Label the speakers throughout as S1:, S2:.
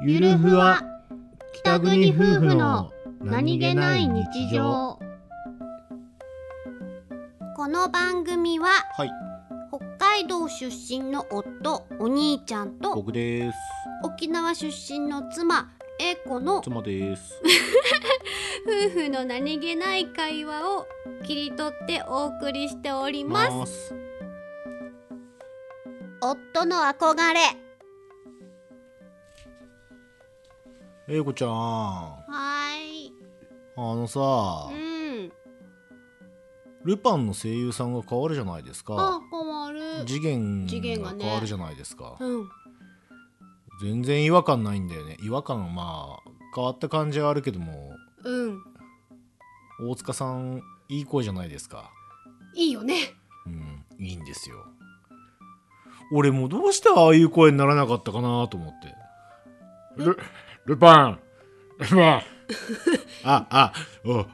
S1: ゆるふわ北国夫婦の
S2: この番組は
S1: はい
S2: 北海道出身の夫お兄ちゃんと
S1: 僕です
S2: 沖縄出身の妻英子の夫
S1: 妻です
S2: 婦の何気ない会話を切り取ってお送りしております
S1: す
S2: 夫の憧れ
S1: えいこちゃんあ
S2: はーい
S1: のさ
S2: うん
S1: ルパンの声優さんが変わるじゃないです
S2: あ
S1: か
S2: 変わる
S1: 次元
S2: 次元が
S1: が
S2: ね
S1: 変わるじゃないですか、
S2: うん
S1: 全然違和感ないんだよね違和感はまあ変わった感じはあるけども
S2: うん
S1: 大塚さんいい声じゃないですか
S2: いいよね
S1: うんいいんですよ俺もどうしてああいう声にならなかったかなと思ってルルパンルパンああおお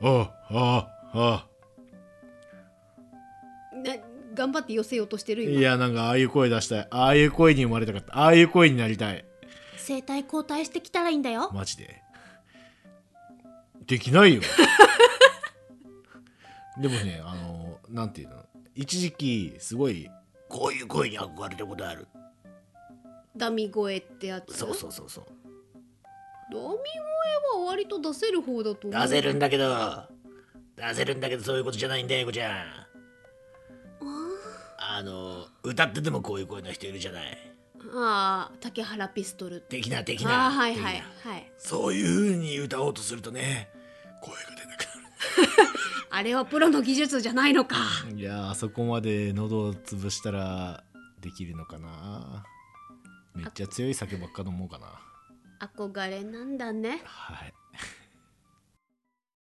S1: おおお
S2: な頑張って寄せようとしてる
S1: い
S2: 今
S1: やなんかああいう声出したいああいう声に生まれたかったああいう声になりたい
S2: 生体交代してきたらいいんだよ
S1: マジでできないよ でもねあのなんていうの一時期すごいこういう声に憧れたことある
S2: ダミ声ってやつ
S1: そうそうそうそう
S2: ダミ声は割と出せる方だと思う
S3: 出せるんだけど出せるんだけどそういうことじゃないんだよ英子ちゃんあの歌っててもこういう声の人いるじゃない
S2: ああ竹原ピストルって
S3: 的な的な
S2: ああはいはい
S3: 的な
S2: はい
S3: そういう風に歌おうとするとね声が出なくなる
S2: あれはプロの技術じゃないのか
S1: いやーあそこまで喉を潰したらできるのかなめっちゃ強い酒ばっか飲もうかな
S2: 憧れなんだね
S1: はい